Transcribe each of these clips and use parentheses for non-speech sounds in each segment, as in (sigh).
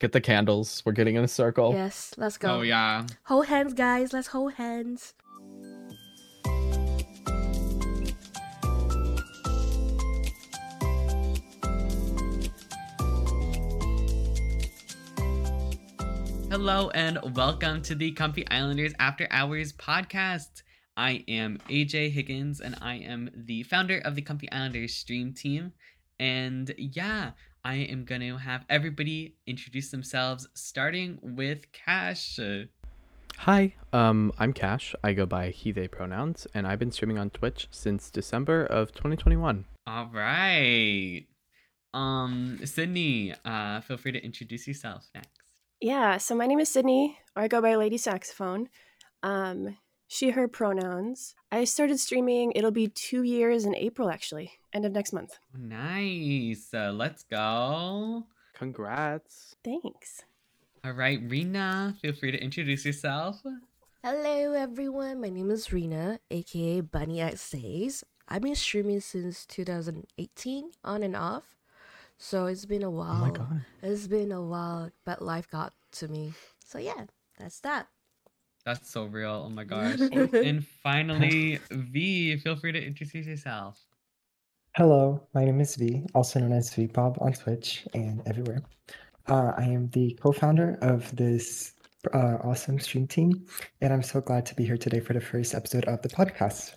Get the candles. We're getting in a circle. Yes, let's go. Oh yeah. Hold hands, guys. Let's hold hands. Hello and welcome to the Comfy Islanders After Hours podcast. I am AJ Higgins and I am the founder of the Comfy Islanders stream team. And yeah, I am going to have everybody introduce themselves starting with Cash. Hi, um, I'm Cash. I go by he, they pronouns, and I've been streaming on Twitch since December of 2021. All right. Um Sydney, uh feel free to introduce yourself next. Yeah, so my name is Sydney, or I go by Lady Saxophone. Um, she, her pronouns. I started streaming, it'll be two years in April, actually, end of next month. Oh, Nice. Uh, let's go. Congrats. Thanks. All right, Rena, feel free to introduce yourself. Hello, everyone. My name is Rena, aka Bunny at Says. I've been streaming since 2018, on and off. So it's been a Oh while. It's been a while, but life got to me. So yeah, that's that. That's so real. Oh my gosh. and finally, V, feel free to introduce yourself. Hello, my name is V, also known as VPob on Twitch and everywhere. Uh, I am the co founder of this uh, awesome stream team, and I'm so glad to be here today for the first episode of the podcast.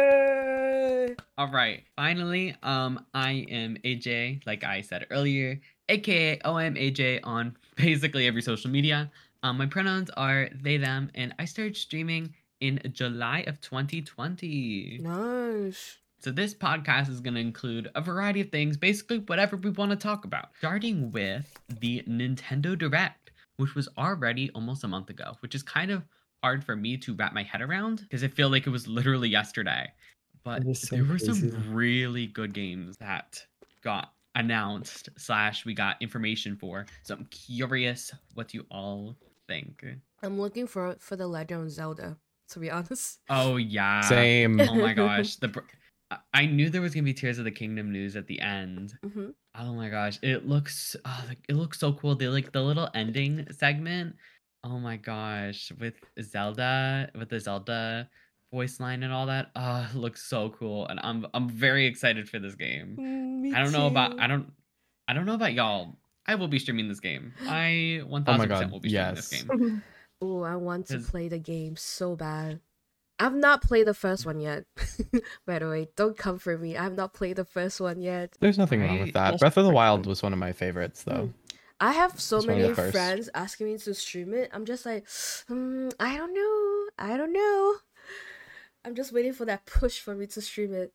Yay! All right. Finally, um, I am AJ, like I said earlier, aka OMAJ on (laughs) basically every social media. Um, my pronouns are they, them, and I started streaming in July of 2020. Nice. So this podcast is going to include a variety of things, basically whatever we want to talk about, starting with the Nintendo Direct, which was already almost a month ago, which is kind of hard for me to wrap my head around because I feel like it was literally yesterday. But It is so there were crazy. some really good games that got announced slash we got information for. So I'm curious what you all think. I'm looking for for the Legend of Zelda. To be (laughs) honest, Oh yeah. Ah. (laughs) Same. Oh (laughs) my gosh. The br- I- I knew there was gonna be Tears of the Kingdom news at the end. Mhm. Oh my gosh, it looks oh, like, it looks so cool. They like the little ending segment. Oh my gosh, with Zelda, with the Zelda voice line and all that. Oh, it looks so cool, and I'm I'm very excited for this game. Mm, I don't know about I don't I don't know about y'all. I will be streaming this game. (gasps) I one thousand percent Oh God, will be streaming this yes. game. Oh, I want to 'Cause- play the game so bad. I've not played the first one yet. (laughs) By the way, don't come for me. I've not played the first one yet. There's nothing wrong with Right. that. Breath of the Wild was one of my favorites, though. I have so It's one of the many first. friends asking me to stream it. I'm just like, (sighs) mm, I don't know. I don't know. I'm just waiting for that push for me to stream it.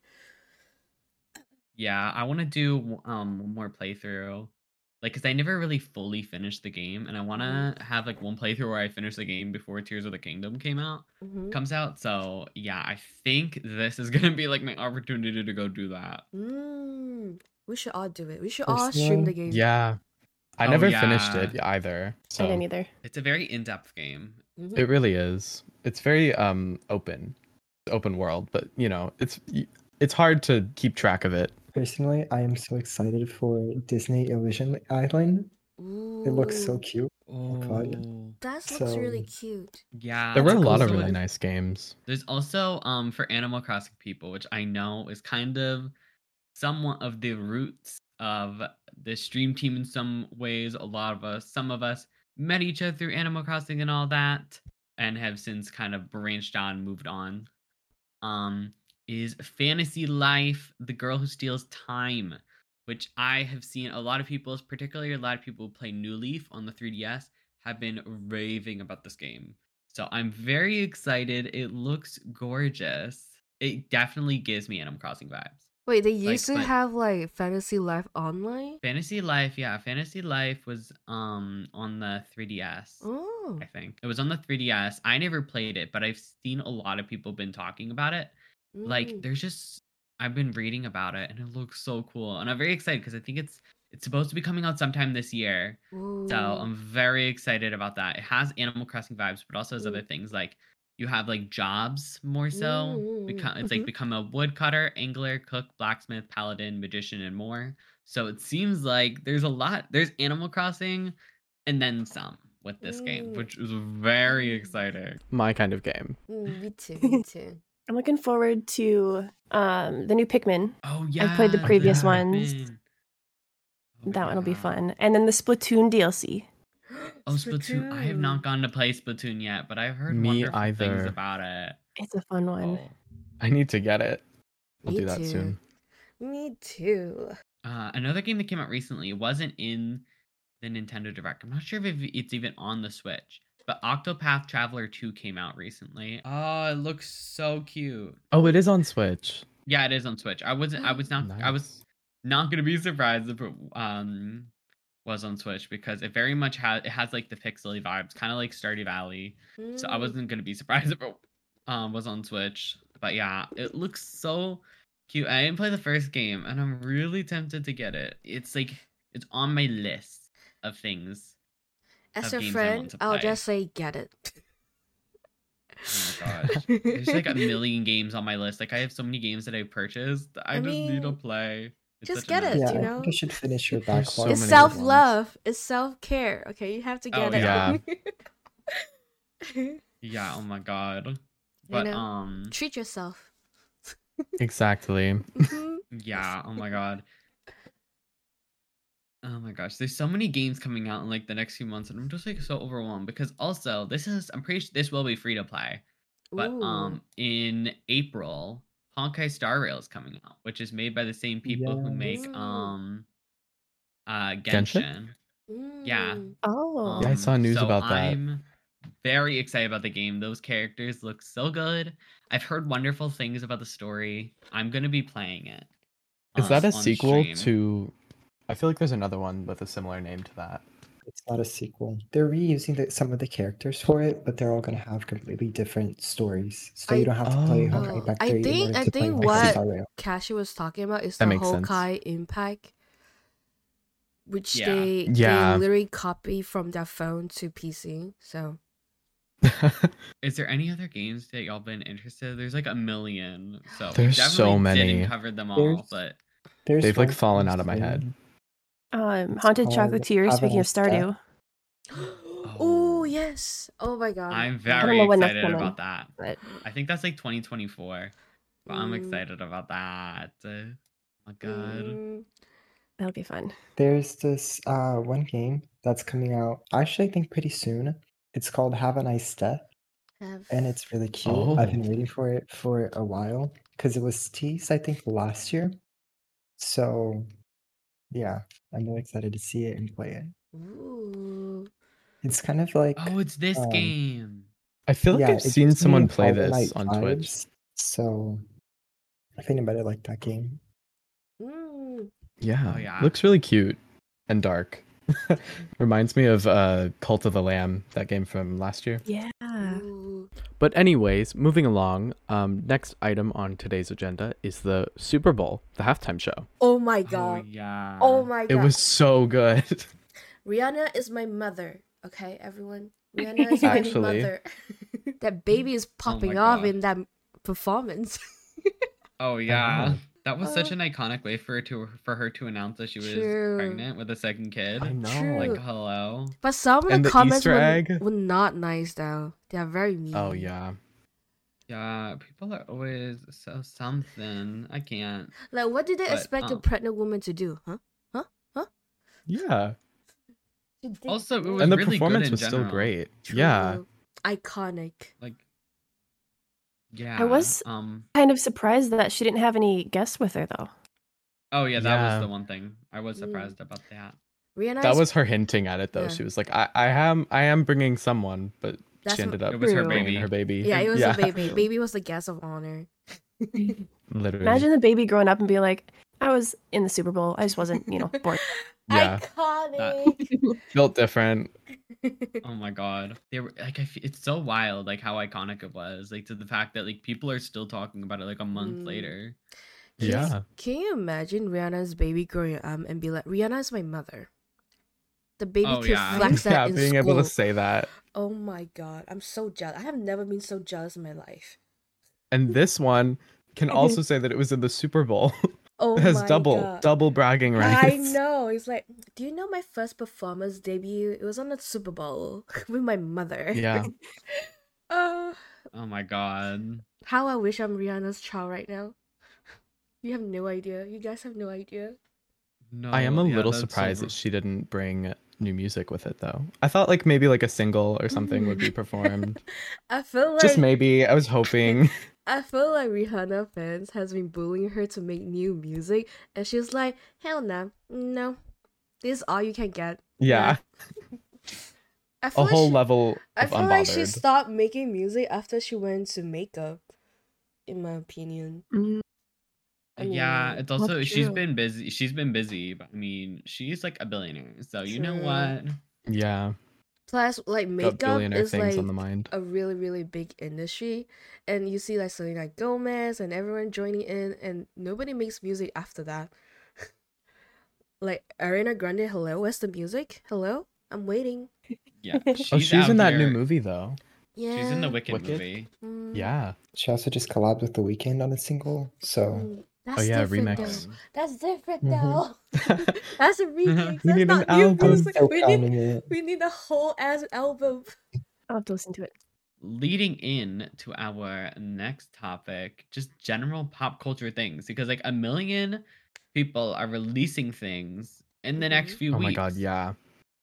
Yeah, I want to do um one more playthrough. Like, cause I never really fully finished the game, and I want to have like one playthrough where I finish the game before Tears of the Kingdom came out Mhm. comes out. So yeah, I think this is (laughs) gonna be like my opportunity to go do that. Mm, we should all do it. We should First all stream the one. game. Yeah. I Oh, never finished yeah. it either. So I didn't either. It's a very in-depth game. Mhm. It really is. It's very um open, open world, but you know, it's it's hard to keep track of it. Personally, I am so excited for Disney Illusion Island. It looks so Ooh, cute. God. Oh, That looks really so- cute. yeah. There were a there's lot of also really an- nice games. There's also um for Animal Crossing people, which I know is kind of somewhat of the roots of the stream team in some ways. A lot of us, some of us, met each other through Animal Crossing and all that, and have since kind of branched on, moved on. Um, is Fantasy Life: The Girl Who Steals Time, which I have seen a lot of people, particularly a lot of people who play New Leaf on the 3DS, have been raving about this game. So I'm very excited. It looks gorgeous. It definitely gives me Animal Crossing vibes. Wait, they used to but- have like Fantasy Life Online? Fantasy Life, yeah, Fantasy Life was um on the 3DS. Oh. I think it was on the 3DS. I never played it, but I've seen a lot of people been talking about it. Like mm. there's just I've been reading about it and it looks so cool, and I'm very excited because I think it's it's supposed to be coming out sometime this year. Ooh. So um, I'm very excited about that. It has Animal Crossing vibes, but also has Mm. other things like you have like jobs more so. Mm, Become it's mhm. like become a woodcutter, angler, cook, blacksmith, paladin, magician, and more. So it seems like there's a lot. There's Animal Crossing, and then some with this game, which is very exciting. My kind of game. Mm, (laughs) me too. Me too. I'm looking forward to um, the new Pikmin. Oh yeah, played the previous yeah, ones. man. Oh, That one will be yeah. fun. And then the Splatoon DLC. Oh, Splatoon! I have not gone to play Splatoon yet, but I've heard Me wonderful things either. about it. It's a fun one. Oh. I need to get it. We'll Me do that too. soon. Me too. Uh, another game that came out recently it wasn't in the Nintendo Direct. I'm not sure if it- it's even on the Switch, but Octopath Traveler 2 came out recently. Oh, it looks so cute. Oh, it is on Switch. Yeah, it is on Switch. I wasn't. I (gasps) was not. I was not gonna be surprised if it um was on Switch because it very much has it has like the pixely vibes, kind of like Stardew Valley. So I Mm. wasn't gonna be surprised (laughs) if it um, was on Switch. But yeah, it looks so cute. I didn't play the first game, and I'm really tempted to get it. It's like it's on my list of things. As of a games I want friend, to I'll play. just say get it. Oh (laughs) my gosh. There's like a million games on my list. Like I have so many games that I purchased. that I, I just need to mean, play. It's just such a get it, mess. Yeah, you I know? think I should finish your There's backlog. so it's many good self ones. love. It's self care. Okay, you have to Oh, get it. yeah. Yeah. Oh my god. But know? um. (laughs) Treat yourself. Exactly. Mhm. Yeah, oh (laughs) my god. Oh my gosh, there's so many games coming out in like the next few months, and I'm just like so overwhelmed because also this is I'm pretty sure this will be free to play, (laughs) but Ooh. um in April Honkai Star Rail is coming out, which is made by the same people who make Yes. Ooh. um uh Genshin? Genshin. yeah. Mm. Oh, Yeah, I saw news about that. I'm very excited about the game. Those characters look so good. I've heard wonderful things about the story. I'm gonna be playing it. Is um, that a on sequel stream. to? I feel like there's another one with a similar name to that. It's not a sequel. They're reusing the, some of the characters for it, but they're all going to have completely different stories. So I- you don't have to play Oh. Honkai Oh, Impact I 3 in think- order I to play think Honkai what- Star Rail. Kashi was talking about is That the makes sense. Hokai Impact, which Yeah. they Yeah. they literally copy from their phone to PC. So Is there any other games that y'all been interested? There's like a million. So we There's so definitely many. Didn't cover them all, There's- but There's They've, like, one fallen called out of my head. Skyrim. um, Haunted called Chocolatier. Speaking of Avalanche Death. Stardew, (gasps) oh yes, oh my god, (gasps) I'm don't very know when that's excited coming. about that. but I think that's like 2024. But I'm Mm. excited about that. Oh my god. Mm. that'll be fun. There's this uh, one game that's coming out, actually, I think pretty soon. It's called Have a Nice Death, Have- and it's really cute. I've been Oh. waiting for it for a while because it was teased, I think, last year. So, yeah, I'm really excited to see it and play it. Ooh. It's kind of like. Oh, it's this um, game. (laughs) I feel like yeah, I've it seen gives me someone play Hollow this Knight on Twitch. vibes, So if anybody liked that game, Mm. Yeah. Oh, yeah. Looks really cute and dark. (laughs) Reminds me of uh, Cult of the Lamb, that game from last year. Yeah. Ah. Ooh. But anyways, moving along. Um, next item on today's agenda is the Super Bowl, the halftime show. Oh my Oh god. yeah. Oh my It god. was so good. (laughs) Rihanna is my mother. Okay, (laughs) everyone. Rihanna is my Actually. mother. (laughs) that baby is popping Oh my off God. in that performance. (laughs) Oh yeah. know. That was such Uh, an iconic way for her to for her to announce that she was True. pregnant with a second kid. I know. Like True. Like, hello. But some of And the the comments Easter were, egg. were not nice though. They are very mean. oh yeah. Yeah, people are always so something. I can't. Like what did they But, expect a um, pregnant woman to do? Huh? Yeah. She did Also, it that. was And the really good performance in was still general. great. True. Yeah. Iconic. Like, yeah. was- Um. Kind of surprised that she didn't have any guests with her though. Oh yeah, that Yeah. was the one thing I was Mm. surprised about. That. Rihanna That is- was her hinting at it though. Yeah. She was like, I, I am I am bringing someone, but That's she what- ended up It was her True. bringing baby. her baby. Yeah, it was yeah, a (laughs) baby. Baby was the guest of honor. (laughs) Literally. Imagine the baby growing up and being like, "I was in the Super Bowl. I just wasn't, you know, (laughs) (laughs) born." Yeah. Iconic. (laughs) Built different. Oh my god, they were like, I f- it's so wild, like how iconic it was, like to the fact that like people are still talking about it like a month Mm. later. Yeah. Can you imagine Rihanna's baby growing up and be like, Rihanna is my mother? The baby Oh, can yeah. flex that yeah, in being school. able to say that. oh my god, I'm so jealous. I have never been so jealous in my life. (laughs) And this one can also say that it was in the Super Bowl. (laughs) Oh That's my double God. double bragging (laughs) I rights. know. It's like, do you know my first performance debut? It was on the Super Bowl (laughs) with my mother. Yeah. (laughs) Uh, Oh my god. how I wish I'm Rihanna's child right now. (laughs) You have no idea. You guys have no idea. No. I am a yeah, little that's so surprised wrong. that she didn't bring new music with it though. I thought like maybe like a single or something would be (laughs) performed. I feel Mm. like Just maybe. I was (laughs) hoping. I feel like Rihanna fans has been bullying her to make new music, and she's like, hell no, no, this is all you can get. Yeah. I feel A like whole she- level I of feel like she unbothered. stopped making music after she went to makeup, in my opinion. Mm-hmm. I yeah, mean, it's also that's she's true. been busy. She's been busy, but I mean, she's like a billionaire. So you know True. what? Yeah. Plus, like Got makeup billionaire is things like on the mind. a really really big industry, and you see like Selena Gomez and everyone joining in, and nobody makes music after that. (laughs) like Ariana Grande, hello, where's the music? Hello, I'm waiting. (laughs) Yeah. Oh, oh, she's out in that new here- movie though. Yeah, She's in the Wicked, Wicked? movie. Mm, Yeah. She also just collabed with The Weeknd on a single, so mm, That's oh yeah, different, remix. Mm-hmm. though. That's different Mhm. though. (laughs) (laughs) That's a remix. We That's need an not new album. I'm music. so We need counting it. we need a whole ass album. I'll have to listen to it. leading in to our next topic just general pop culture things because like a million people are releasing things in the next Mhm. few Oh weeks my god, yeah.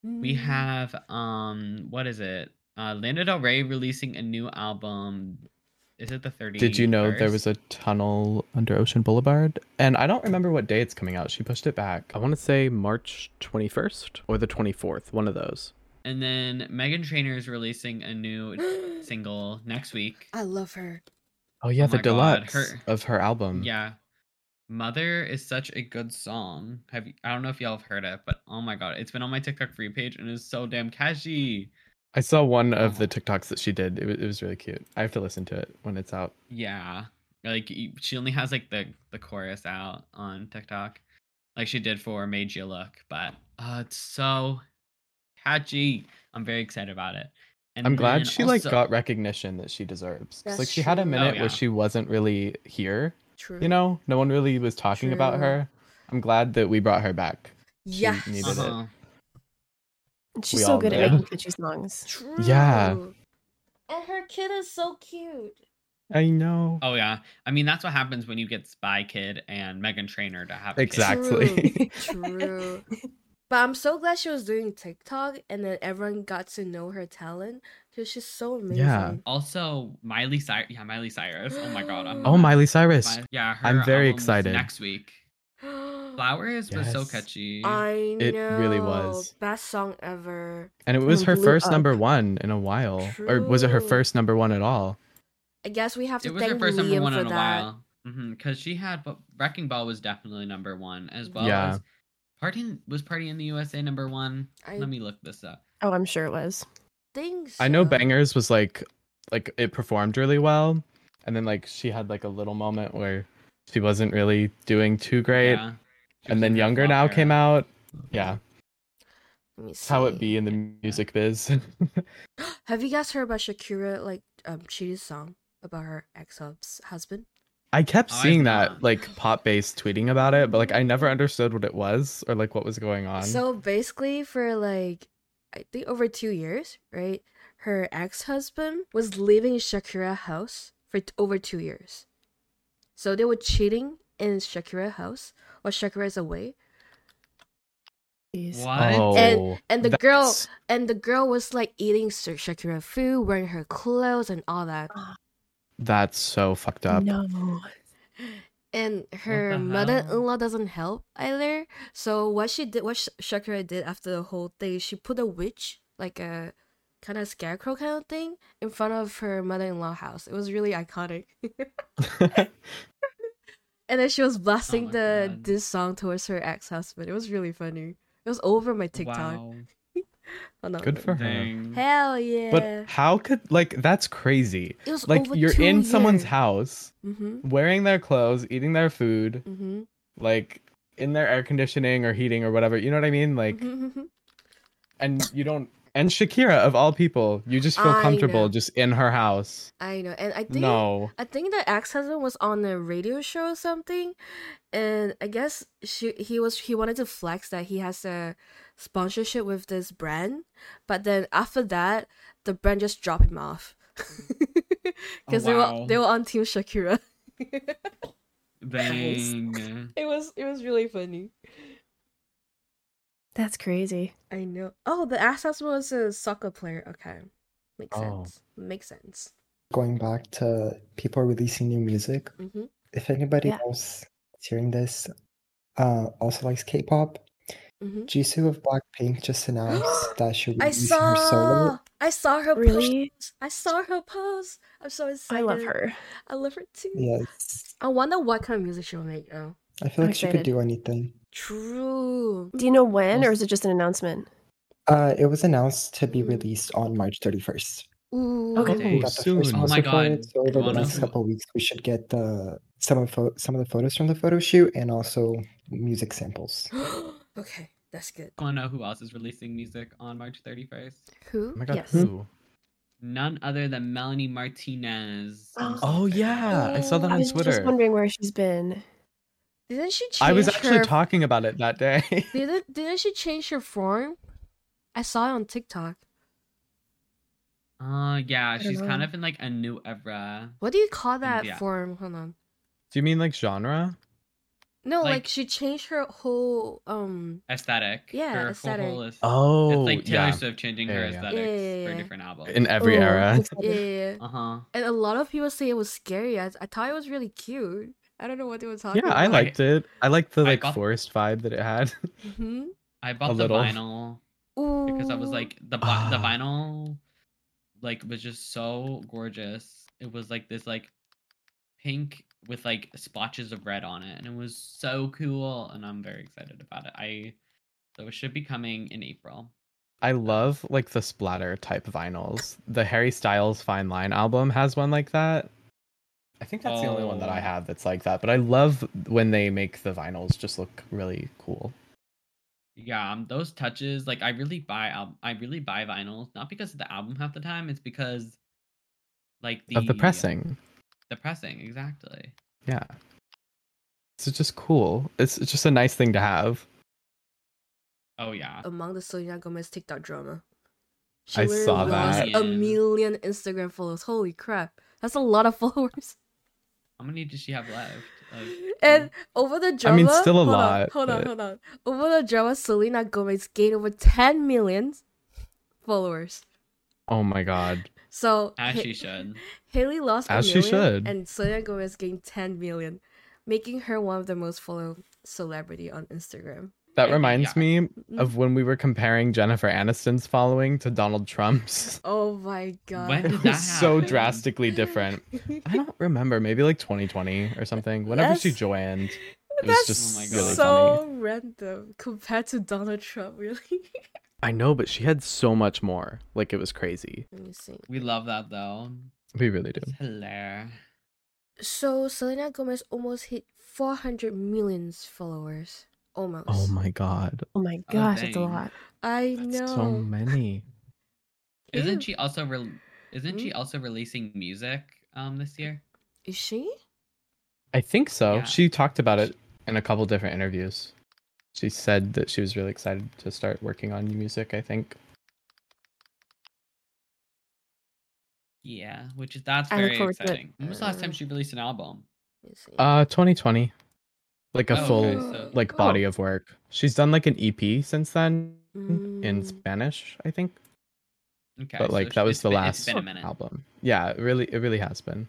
we Mm. have um what is it uh lana del rey releasing a new album is it the 30 Did you know there was a tunnel under Ocean Boulevard? And I don't remember what day it's coming out. She pushed it back. I want to say March 21st or the 24th, one of those. and then megan trainor is releasing a (gasps) new single next week (gasps) I love her. Oh yeah, Oh the my God, deluxe her- of her album. yeah mother is such a good song have you, i don't know if y'all have heard it but oh my god it's been on my tiktok free page and it's so damn catchy I saw one of Oh. the TikToks that she did. It was, it was really cute. I have to listen to it when it's out. Yeah. Like y- she only has like the the chorus out on TikTok. Like she did for Made You Look, but uh it's so catchy. I'm very excited about it. And I'm glad then she like also- got recognition that she deserves. 'Cause, That's Like she had a true. Oh, minute yeah. where she wasn't really here. True. You know, no one really was talking about True. her. I'm glad that we brought her back. Yeah. needed it. Uh-huh. And she's We so all good know. at making catchy songs. True. Yeah. And her kid is so cute. I know. Oh yeah. I mean that's what happens when you get Spy Kid and Megan Trainor to have a kid. Exactly. (laughs) True. But I'm so glad she was doing TikTok and then everyone got to know her talent because she's so amazing. Yeah. Also Miley Cyrus yeah, Miley Cyrus. Oh my god. I'm oh, Miley Cyrus. Mi- yeah, her I'm very album's excited. Next week. Flowers was so Yes. catchy. (gasps) I know. It really was. Best song ever. And it was her blew first up. number one in a while. Or was it her True. first number one at all? I guess we have to It was thank her Liam first number one for in a that. while. Because she had, but Wrecking Ball was definitely number one as well. Yeah. As Party in- was Party in the USA number one. I Let me look this up. Oh, I'm sure it was. think so. I know Bangers was like like it performed really well. And then like she had like a little moment where she wasn't really doing too great. Yeah. She was and then in her Younger flop Now era. came out. Yeah. Let me It's how it see. be in the music biz. (gasps) (laughs) Have you guys heard about Shakira like um Chidi's song about her ex hub's husband? I kept Oh, I've seeing that not. like pop based tweeting about it, but like I never understood what it was or like what was going on. So basically for like I think over two years, right? Her ex husband was living in Shakira house for t- over two years. So they were cheating in Shakira house while Shakira is away. Jeez. What? oh, and the girl- that's- And the girl was like eating Sha- Shakira food, wearing her clothes and all that. that's so fucked up. No. and her the mother-in-law doesn't help either. So what she did, what Sh- Shakira did after the whole thing, she put a witch, like a kind of scarecrow kind of thing, in front of her mother-in-law house. It was really iconic. and then she was blasting Oh my the God. this song towards her ex-husband. It was really funny. It was over my TikTok. Wow. Hold on. Good for her. Dang. Hell (laughs) yeah! But how could like that's crazy. it was Like over you're two in someone's years. house Mhm. wearing their clothes, eating their food, Mhm. like Mm-hmm. in their air conditioning or heating or whatever. You know what I mean? Like, mhm, mhm. and you don't And Shakira, of all people, you just feel I comfortable know. just in her house. (laughs) I know, and I think no. I think the ex-husband was on a radio show or something, and I guess she he was he wanted to flex that he has a sponsorship with this brand, but then after that, the brand just dropped him off (laughs) because they wow. were they were on Team Shakira. (laughs) Dang. It was it was really funny. That's crazy. I know. Oh, the ex-husband was a soccer player. Okay, makes Oh. sense. Makes sense. Going back to people releasing new music, Mm-hmm. if anybody Yeah. else is hearing this uh, also likes K-pop, Mm-hmm. Jisoo of Blackpink just (gasps) announced that she'll be I releasing her solo. saw. I saw her. post. Really? I saw her post. I'm so excited. I love her. I love her too. Yes, I wonder what kind of music she'll make now. I feel I'm like she could excited. do anything. True. Do you know when, Well, or is it just an announcement? Uh, it was announced to be Mm. released on March 31st. Ooh. Okay. We got the first soon. Oh my poster for God. it, so over the Wanna- next couple weeks, we should get the some of pho- some of the photos from the photo shoot and also music samples. (gasps) okay, that's good. Want to know who else is releasing music on March 31st? Who? Oh my god, Yes. who? None other than Melanie Martinez. from Oh, Spotify. yeah. I saw that I on was just Twitter. wondering where she's been. Didn't she change I was actually her... talking about it that day. (laughs) Didn't didn't she change her form? I saw it on TikTok. Uh, yeah, don't she's kind know. of in like a new era. What do you call that Yeah. form? Hold on. Do you mean like genre? No, like, Like- she changed her whole um. Aesthetic. Yeah, Her whole- aesthetic. whole is- Oh, it's like Taylor yeah. Swift changing Yeah, her yeah, yeah. aesthetics Yeah, yeah, for yeah. different albums. In e-, every Oh, era. Yeah, excited. yeah, yeah. uh huh. and a lot of people say it was scary. I, I thought it was really cute. I don't know what they were talking. (laughs) Yeah, I about. liked it. I liked the I like got- forest vibe that it had. (laughs) Mhm. I bought the little. vinyl Ooh. because I was like the vi- the Ah. vinyl, like was just so gorgeous. It was like this like pink with like splotches of red on it, and it was so cool. And I'm very excited about it. I so it should be coming in April. I love like the splatter type vinyls. The Harry Styles Fine Line album has one like that. I think that's the only one that I Oh. have that's like that. But I love when they make the vinyls just look really cool. Yeah, um, those touches. Like I really buy al- I really buy vinyls not because of the album half the time. It's because like the Of the pressing. The pressing, exactly. Yeah. It's just cool. It's, it's just a nice thing to have. Oh yeah. among the Selena Gomez TikTok drama. She I literally saw lost that. A million Instagram followers. Holy crap. That's a lot of (laughs) followers. How many does she have left? Of- (laughs) And over the drama. mean, still a hold lot, On, hold on, but- hold on. Over the drama, Selena Gomez gained over 10 million followers. Oh my god. So as Ha- she should. Haley lost As a she million, should. and Selena Gomez gained 10 million, making her one of the most followed celebrity on Instagram. That Yeah, reminds yeah. me Mm. of when we were comparing Jennifer Aniston's following to Donald Trump's. (laughs) Oh my god. When did It that was (laughs) so happen? drastically different. (laughs) I don't remember. Maybe like 2020 or something. Whenever she Yes. joined, it was That's just Oh my really God. so funny. random compared to Donald Trump, really. I know, but she had so much more. Like it was crazy. (laughs) Let me see. We love that though. We really do. It's hilarious. So Selena Gomez almost hit 400 million followers. Almost. Oh my god, Oh my Oh, gosh, that's a dang. lot. I that's know. so many. Isn't Ew. she also re- isn't she Mm. also releasing music um this year? Is she? I think so. Yeah. She talked about it in a couple different interviews. She said that she was really excited to start working on new music. I think. Yeah, which is that's I look very forward to it. exciting. When was the last time Uh, she released an album? Let me see. Uh, 2020, like a Oh, okay, full so- like Oh. body of work. She's done like an EP since then in Mm. Spanish, I think. Okay, but so like sh- that was it's the been- last It's been a minute. album. Yeah, it really, it really has been.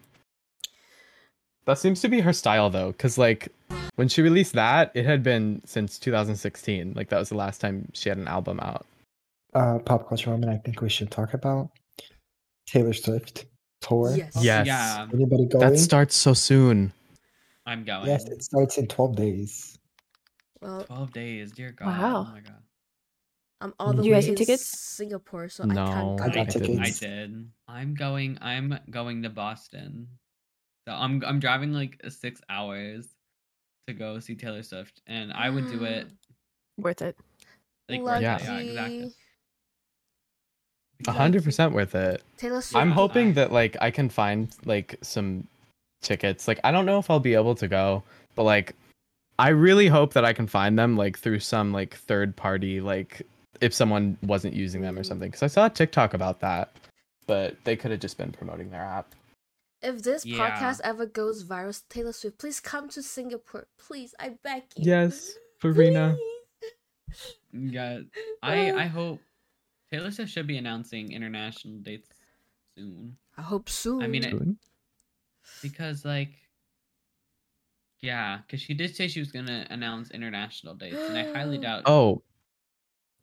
That seems to be her style though, because like when she released that, it had been since 2016. Like that was the last time she had an album out. Uh, pop culture woman, I think we should talk about Taylor Swift tour. Yes. Yes. Yeah, Anybody going? That starts so soon. I'm going. yes, it starts in 12 days. Well, Twelve days, dear God. Wow. Oh my God. I'm all the Did you way guys get in tickets? Singapore, so I No, can't I go. got didn't. tickets. I did. I'm going. I'm going to Boston. So I'm I'm driving like six hours to go see Taylor Swift, and I (gasps) would do it. Worth it. Like Lucky. right now, Yeah, exactly. A hundred percent worth it. Taylor Swift. I'm hoping that like I can find like some tickets. Like I don't know if I'll be able to go, but like I really hope that I can find them like through some like third party like if someone wasn't using them or Mhm. something. Because I saw a TikTok about that, but they could have just been promoting their app. If this Yeah. podcast ever goes viral, Taylor Swift, please come to Singapore. Please, I beg you. Yes, Farina. Please. Yeah, I I hope Taylor Swift should be announcing international dates soon I hope soon. mean, (gasps) it- Soon. because like yeah, because she did say she was gonna announce international dates, and I (gasps) highly doubt. Oh,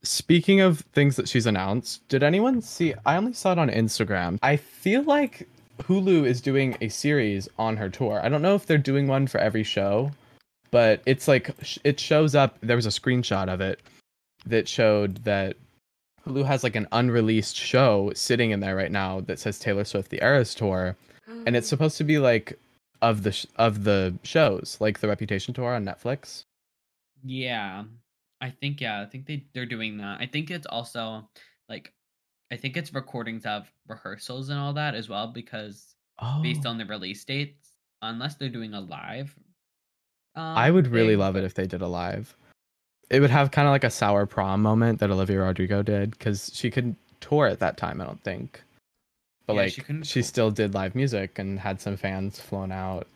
speaking of things that she's announced, did anyone see? I only saw it on Instagram. I feel like Hulu is doing a series on her tour. I don't know if they're doing one for every show, but it's like sh- it shows up. There was a screenshot of it that showed that Hulu has like an unreleased show sitting in there right now that says Taylor Swift the Eras Tour, and Mm-hmm. it's supposed to be like of the sh- of the shows, like the Reputation tour on Netflix. Yeah, I think yeah, I think they they're doing that. I think it's also like, I think it's recordings of rehearsals and all that as well because Oh. based on the release dates, unless they're doing a live. Um, I would really thing, love but- it if they did a live. It would have kind of like a sour prom moment that Olivia Rodrigo did because she couldn't tour at that time, I don't think. But Yeah, like she she, couldn't tour. still did live music and had some fans flown out.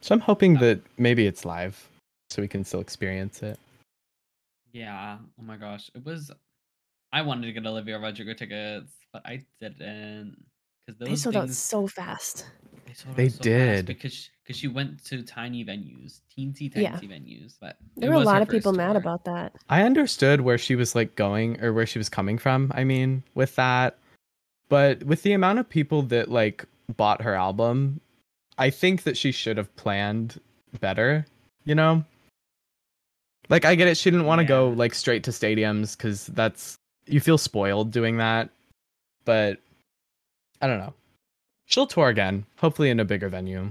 So I'm hoping Uh, that maybe it's live so we can still experience it. Yeah. Oh my gosh. It was. I wanted to get Olivia Rodrigo tickets, but I didn't because those They sold out things so fast. they, sold They out so fast did. because because she went to tiny venues, teensy tiny Yeah. venues. But it There were a was her lot of people first mad tour. about that. I understood where she was like going or where she was coming from, I mean, with that. But with the amount of people that like bought her album, I think that she should have planned better, you know? Like I get it she didn't want to go Yeah. like straight to stadiums cuz that's you feel spoiled doing that. But I don't know. She'll tour again, hopefully in a bigger venue.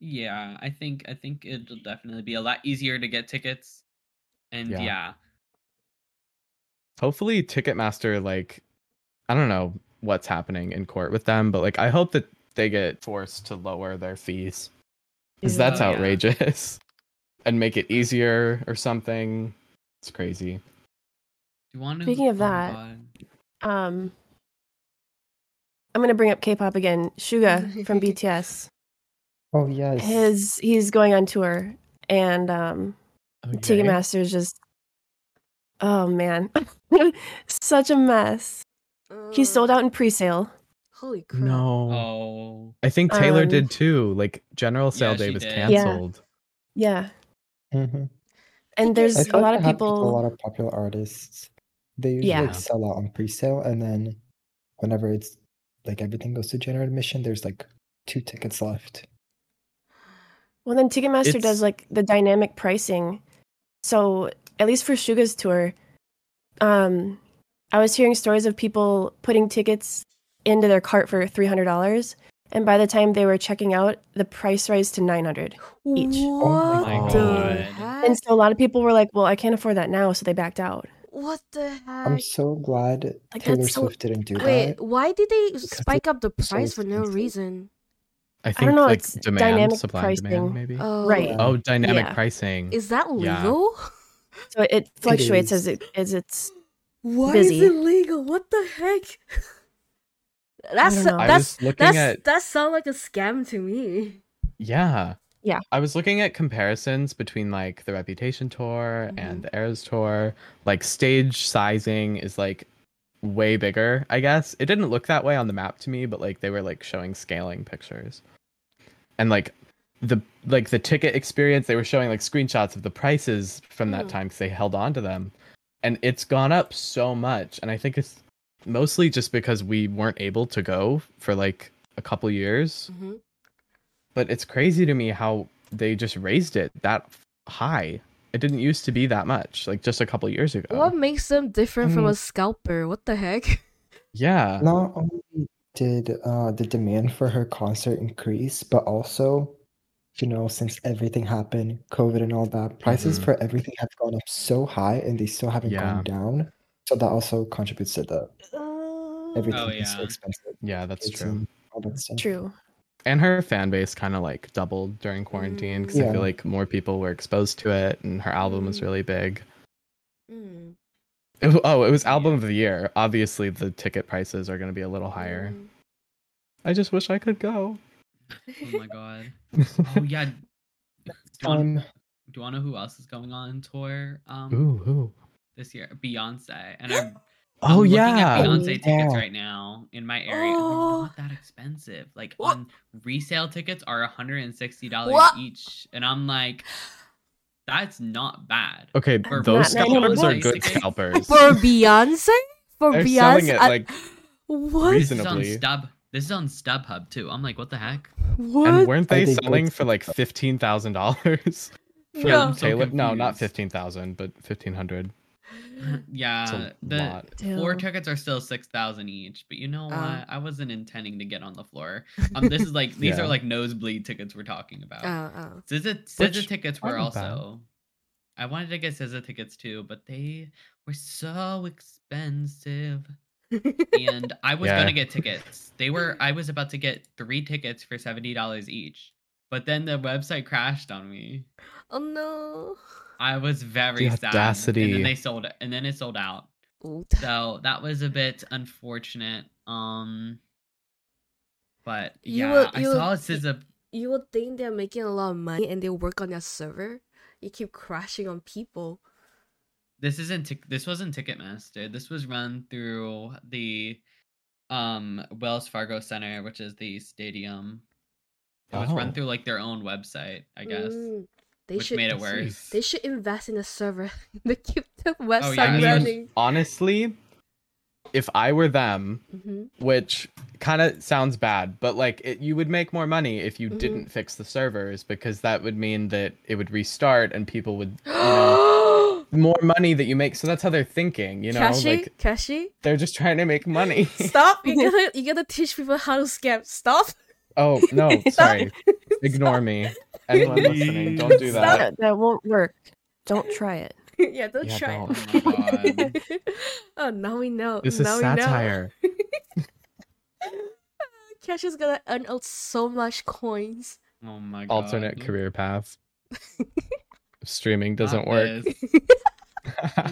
Yeah, I think I think it'll definitely be a lot easier to get tickets, and Yeah. yeah, hopefully ticketmaster like i don't know what's happening in court with them but like i hope that they get forced to lower their fees because Yeah. that's Oh, yeah. outrageous (laughs) and make it easier or something it's crazy Do you want to? oh Speaking of that, Um, I'm gonna bring up K-pop again. (laughs) Suga from BTS. Oh yes. His he's going on tour, and um, Ticketmaster is just, oh man, (laughs) such a mess. Mm. He sold out in pre-sale. Holy crap. no oh, i think taylor Um, did too like general sale Yeah, day she was did. Yeah. canceled Yeah, Mhm. and there's I It's feel a like lot that of happens with people. A lot of popular artists. They usually Yeah. like, sell out on pre-sale, and then whenever it's like everything goes to general admission, there's like two tickets left. Well, then Ticketmaster It's- does like the dynamic pricing. So at least for Suga's tour, um, I was hearing stories of people putting tickets into their cart for three hundred dollars, and by the time they were checking out, the price rose to nine hundred. Each. What oh my the God. heck? And so a lot of people were like, "Well, I can't afford that now," so they backed out. What the heck? I'm so glad Like, Taylor that's so- Swift didn't do Wait, that. why did they it's spike up the so price for no expensive. reason? i think don't know, like it's demand dynamic supply and demand pricing. maybe Oh, Right. oh dynamic Yeah. pricing Is that Yeah. legal? (laughs) So it fluctuates as is. it as it's. Why Busy. is it legal? What the heck? That's know. I that's was looking that's at- that sounds like a scam to me. Yeah. Yeah. I was looking at comparisons between like the Reputation tour and the Eras tour. Like stage sizing is like way bigger, I guess. It didn't look that way on the map to me, but like they were like showing scaling pictures. And like the like the ticket experience, they were showing like screenshots of the prices from that Mm. time because they held on to them. And it's gone up so much. And I think it's mostly just because we weren't able to go for like a couple years hmm but it's crazy to me how they just raised it that f- high. It didn't used to be that much, like just a couple years ago. What makes them different from Mm. a scalper? What the heck? yeah. Not only did uh, the demand for her concert increase, but also, you know, since everything happened, COVID and all that, prices Mhm. for everything have gone up so high, and they still haven't Yeah. gone down. So that also contributes to the everything Oh, is so yeah. expensive. Yeah, that's It's, true. um, all that stuff. True. And her fan base kind of like doubled during quarantine because I Yeah. feel like more people were exposed to it, and her album was really big. Mm. It, w- oh, it was album of the year. Obviously, the ticket prices are going to be a little higher. I just wish I could (laughs) go. Mm. (laughs) (laughs) Oh my god. Oh yeah. Do you, wanna, Um, do you wanna know who else is going on tour um Ooh, ooh. this year? Beyonce. And I'm, I'm Oh looking yeah. at Beyonce tickets Yeah. right now in my area. and Oh. They're not that expensive. Like What? on resale tickets are $160 What? each. And I'm like, that's not bad. Okay, Or those Not scalpers are Beyonce good tickets. scalpers. For Beyonce? For They're Beyonce? selling it, I- like, what? This is on Reasonably. Stub. This is on StubHub too. I'm like, what the heck? And What? weren't Are they they selling good for like fifteen thousand dollars? For Yeah. I'm so Taylor? no, not confused. fifteen thousand, but fifteen hundred. (laughs) yeah, a Uh, the lot. floor Ew. tickets are still six thousand each. But you know what? Uh. I wasn't intending to get on the floor. Um, this is like these Yeah. are like nosebleed tickets we're talking about. Oh, oh. SZA, Which SZA tickets were aren't bad. also. I wanted to get SZA tickets too, but they were so expensive. and I was Yeah. gonna get tickets. They were I was about to get three tickets for seventy dollars each. But then the website crashed on me. Oh, no. I was very The sad. And audacity. then they sold it and then it sold out. Oh, So that was a bit unfortunate. Um but You yeah, will- I you will- saw SZA You would think they're making a lot of money and they work on their server. You keep crashing on people. this isn't tic- this wasn't Ticketmaster. This was run through the um Wells Fargo Center, which is the stadium. It was Oh. run through like their own website, I guess, Mm, they which should made it I see. worse. They should invest in a server (laughs) to keep the Oh, website I mean- running. Honestly, if I were them, hmm (gasps) which kind of sounds bad, but like it, you would make more money if you Mm-hmm. Mhm. didn't fix the servers because that would mean that it would restart and people would you (gasps) know, more money that you make. So that's how they're thinking, (gasps) you know, Kashi, like (laughs) Kashi, they're just trying to make (laughs) money. (laughs) stop! (laughs) You gotta, you gotta teach people how to scam. Stop! oh no, sorry, ignore me. (laughs) Anyone listening, don't do that. Stop. That, that won't work. Don't try it. (laughs) yeah, don't Yeah, try. (laughs) don't. Oh my god. it. (laughs) oh, now we know. This is now we satire. Know. Kashi's gonna earn out so (laughs) much coins. Oh my god. alternate career path. Streaming doesn't Not work. (laughs) this.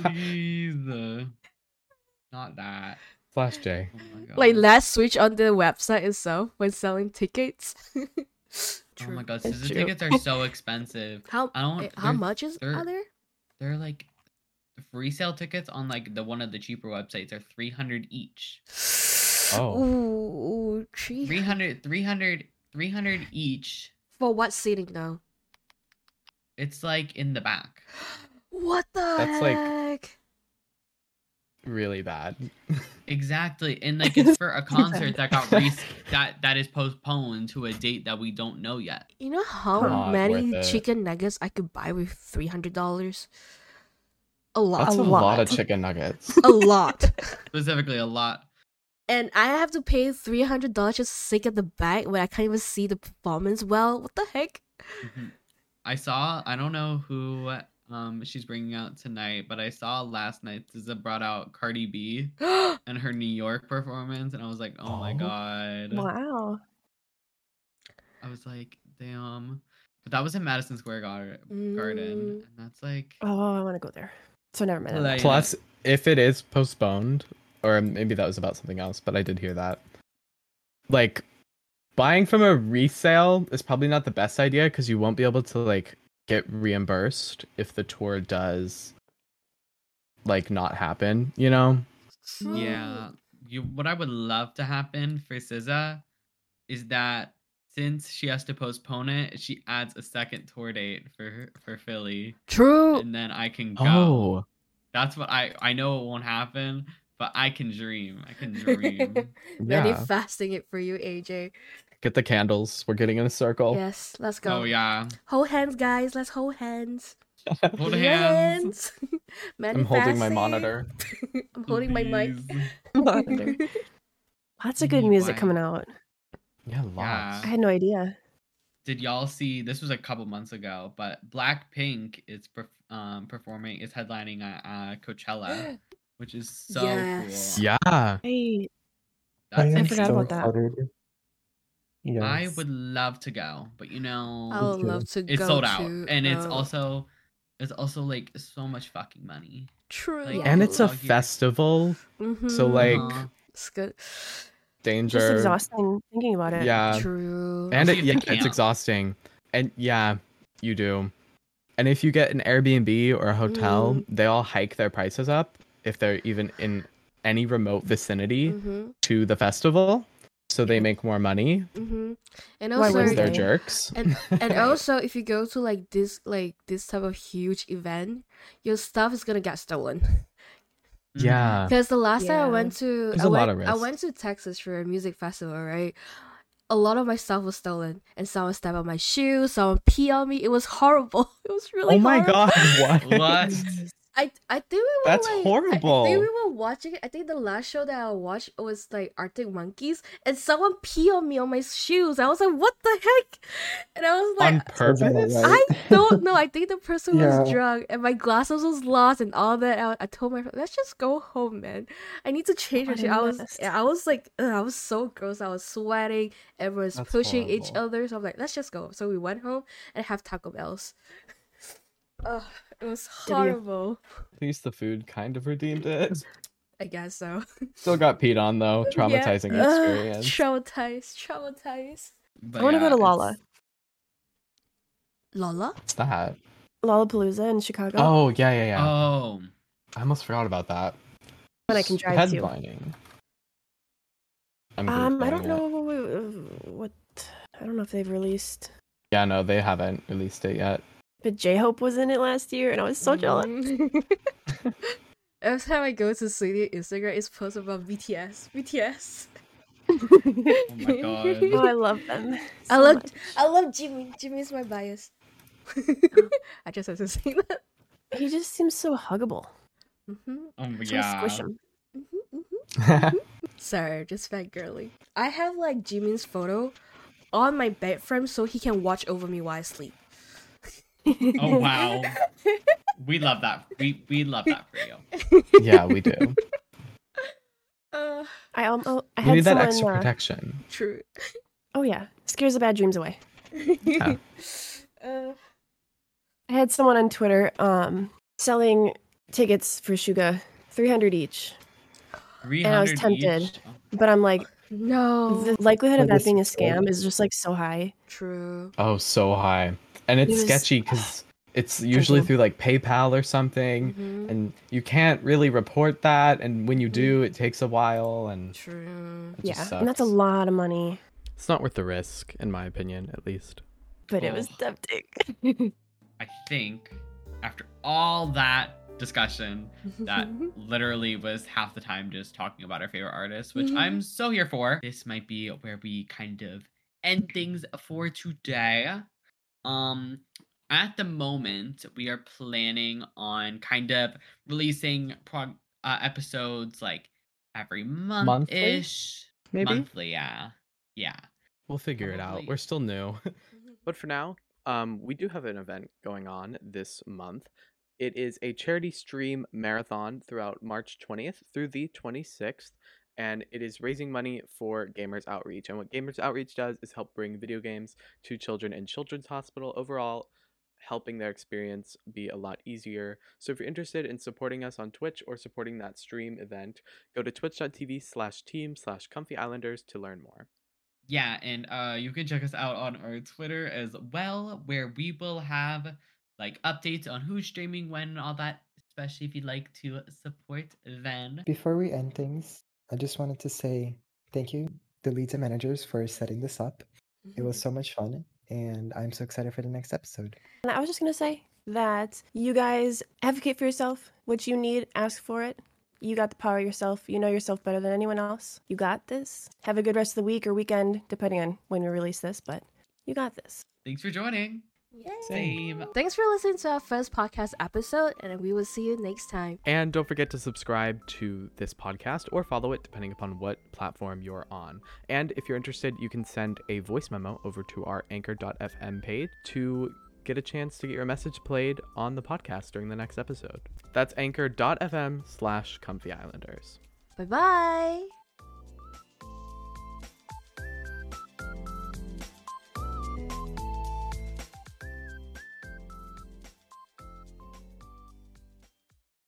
Please. uh, Not that. Slash J. Oh my god. like last switch on the website itself when selling tickets. Oh my True. god, It's scissor true. (laughs) tickets (laughs) are so expensive. How I don't. eh, how they're- much is they're- are there? They're like resale tickets on like the one of the cheaper websites are three hundred each. Oh. Ooh, ooh, three- 300 300 300 each. For what seating though? It's like in the back. What the That's like- heck? Really bad. Exactly, and like it's (laughs) for a concert that got res- that that is postponed to a date that we don't know yet. you know how Not many worth it. chicken nuggets I could buy with three hundred dollars? A lot. That's a a, lot. (laughs) lot. of chicken nuggets. lot. Specifically, a lot. and I have to pay three hundred dollars just to sit at the back when I can't even see the performance well. What the heck? Mhm. I saw. I don't know who um she's bringing out tonight, but I saw last night. SZA brought out Cardi B Mm, and her New York performance, and I was like, oh, my Oh. god. Wow. I was like, damn. But that was in Madison Square Gar- Garden, Mm. and that's like Oh, I want to go there. So never mind. Like- Plus, if it is postponed, or maybe that was about something else, but I did hear that. Like, buying from a resale is probably not the best idea because you won't be able to like get reimbursed if the tour does like not happen. You know? Yeah. You what I would love to happen for SZA is that since she has to postpone it, she adds a second tour date for her- for Philly, True. and then I can go. Oh, That's what I I know it won't happen, but I can dream. I (laughs) can dream. Many yeah. fasting it for you, AJ. Get the candles. We're getting in a circle. Yes, let's go. oh yeah, Hold hands, guys. Let's hold hands. hold hands. (laughs) hands. Many I'm holding my fasting. monitor. (laughs) I'm holding my mic. (laughs) please. Monitor. Lots of good Anyway. music coming out. Yeah, lots. Yeah. I had no idea. Did y'all see? This was a couple months ago, but Blackpink is perf- um performing is (gasps) headlining at uh, Coachella, which is so Yes. cool. Yeah. Hey, That's I it. forgot about that. excited. Yes. I would love to go, but you know, Oh, I would too. love to it's go sold out, to, and it's uh, also it's also like so much fucking money. true. like, And Yeah. it's a Out here. festival, so Mhm. like Uh-huh. it's good. danger. Just exhausting thinking about it. Yeah. True. And Also, it, you yeah, have to it's camp. exhausting. And yeah, you do. And if you get an Airbnb or a hotel, Mm. they all hike their prices up if they're even in any remote vicinity Mhm, to the festival. So they make more money mhm. And Why also, because wouldn't they're they? jerks. and (laughs) and also if you go to like this like this type of huge event your stuff is gonna get stolen Mm. yeah. because the last time i Yeah. went to There's I a lot went, of I risk. went to texas for a music festival right a lot of my stuff was stolen and someone stepped on my shoe someone pee on me it was horrible (laughs) it was really oh my horrible. god, (laughs) what? What? I I think we were That's like, horrible. I think we were watching. I think the last show that I watched was like Arctic Monkeys, and someone pee on me on my shoes. I was like, "What the heck?" (laughs) And I was like, On Sounds about purpose? right. I (laughs) don't know. I think the person was Yeah. drunk, and my glasses was lost, and all that. I, I told my friend, "Let's just go home, man. I need to change." Oh, my I shit." I was, noticed. yeah, I was like, ugh, I was so gross. I was sweating. Everyone's That's pushing each horrible. other. So I'm like, "Let's just go." So we went home and have Taco Bells. (laughs) Ugh, it was W. horrible. At least the food kind of redeemed it. I guess so. Still got peed on though. (laughs) Yeah. Traumatizing Ugh, experience. Traumatized, traumatized. Mm-hmm. But I wanna go yeah, to it's- Lala. Lola? What's that? (laughs) Lollapalooza in Chicago. Oh yeah, yeah, yeah. Oh, I almost forgot about that. When I can drive to. Headlining. I'm um, I Googling don't it. know what, what. I don't know if they've released. Yeah, no, they haven't released it (laughs) yet. But J Hope was in it last year, and I was so jealous. Mm. (laughs) Every time I go to Sweetie Instagram, it's posts about BTS. BTS. oh, oh my (laughs) god. I love them. I so love much. I love Jimmy. Jimmy is my bias. (laughs) I just had to say that. He just seems so huggable. Mm-hmm, Oh my I just wanna squish god. him. mm-hmm, mm-hmm. Sorry, just fat girly. I have like Jimin's photo on my bed frame so he can watch over me while I sleep. Oh wow. we love that. We we love that for you. yeah, we (laughs) do. (laughs) Uh, I almost. I We had need that someone. extra uh, protection. true. oh yeah, scares the bad dreams away. Yeah. (laughs) Uh, I had someone on Twitter um selling tickets for Suga, three hundred each. Three (laughs) I was hundred. tempted. But I'm like, no. the likelihood of Like that a being a scam. scam is just like so high. True. Oh, so high, and It it's was- sketchy (sighs) 'cause sketchy because it's usually Drinking. through like PayPal or something, Mm-hmm. Mhm. and you can't really report that. And when you do, it takes a while, and True. it Yeah, just and that's a sucks. lot of money, It's not worth the risk, in my opinion, at least. but it was Oh. tempting. I think after all that discussion, (laughs) that literally was half the time just talking about our favorite artists, which Mhm. I'm so here for. This might be where we kind of end things for today. Um at the moment, we are planning on kind of releasing prog- uh, episodes like every month ish. Maybe Monthly, yeah. Yeah. we'll figure it out. Probably. We're still new. (laughs) But for now, um, we do have an event going on this month. It is a charity stream marathon throughout March 20th through the 26th, and it is raising money for Gamers Outreach. And what Gamers Outreach does is help bring video games to children in Children's Hospital overall, helping their experience be a lot easier. So if you're interested in supporting us on Twitch or supporting that stream event, go to twitch.tv slash team slash comfy islanders to learn more. Yeah, and uh, you can check us out on our Twitter as well, where we will have like updates on who's streaming when and all that, especially if you'd like to support then. Before we end things, I just wanted to say thank you, the leads and managers, for setting this up. It was so much fun, and I'm so excited for the next episode. and I was just gonna say that you guys advocate for yourself. What you need, ask for it. You got the power yourself. You know yourself better than anyone else. You got this. Have a good rest of the week or weekend, depending on when we release this, but you got this. Thanks for joining. Same. Thanks for listening to our first podcast episode, and we will see you next time. And don't forget to subscribe to this podcast or follow it depending upon what platform you're on. And if you're interested, you can send a voice memo over to our anchor.fm page to get a chance to get your message played on the podcast during the next episode. That's anchor.fm slash comfy islanders. Bye bye.